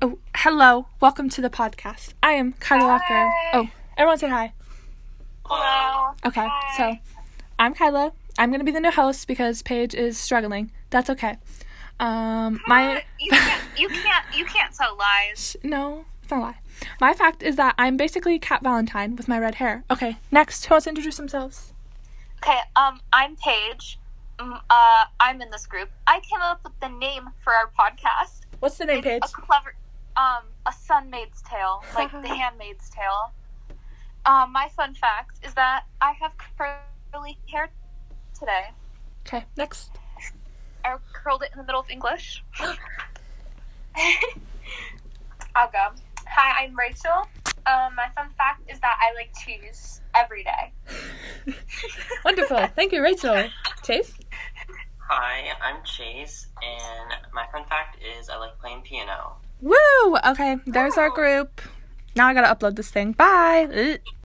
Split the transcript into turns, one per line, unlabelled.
Oh, Hello, welcome to the podcast. I am Kyla Locker. Oh, everyone say hi.
Hello.
Okay, so I'm Kyla. I'm gonna be the new host because Paige is struggling. That's okay. Um, my
you can't you can't you can't tell lies.
no, it's not a lie. My fact is that I'm basically Cat Valentine with my red hair. Okay, next, who wants to introduce themselves?
Okay, um I'm Paige. Mm, Uh I'm in this group. I came up with the name for our podcast.
What's the name, Paige?
It's a clever um a sunmaid's tale, like the handmaid's tale. Um my fun fact is that I have curly hair today.
Okay, next.
I curled it in the middle of English. I'll go. Hi, I'm Rachel. Um, my fun fact is that I like cheese every day.
Wonderful. Thank you, Rachel. Chase.
Hi, I'm Chase, and my fun fact is I like playing piano.
Woo! Okay, there's our group. Now I gotta upload this thing. Bye. Ugh.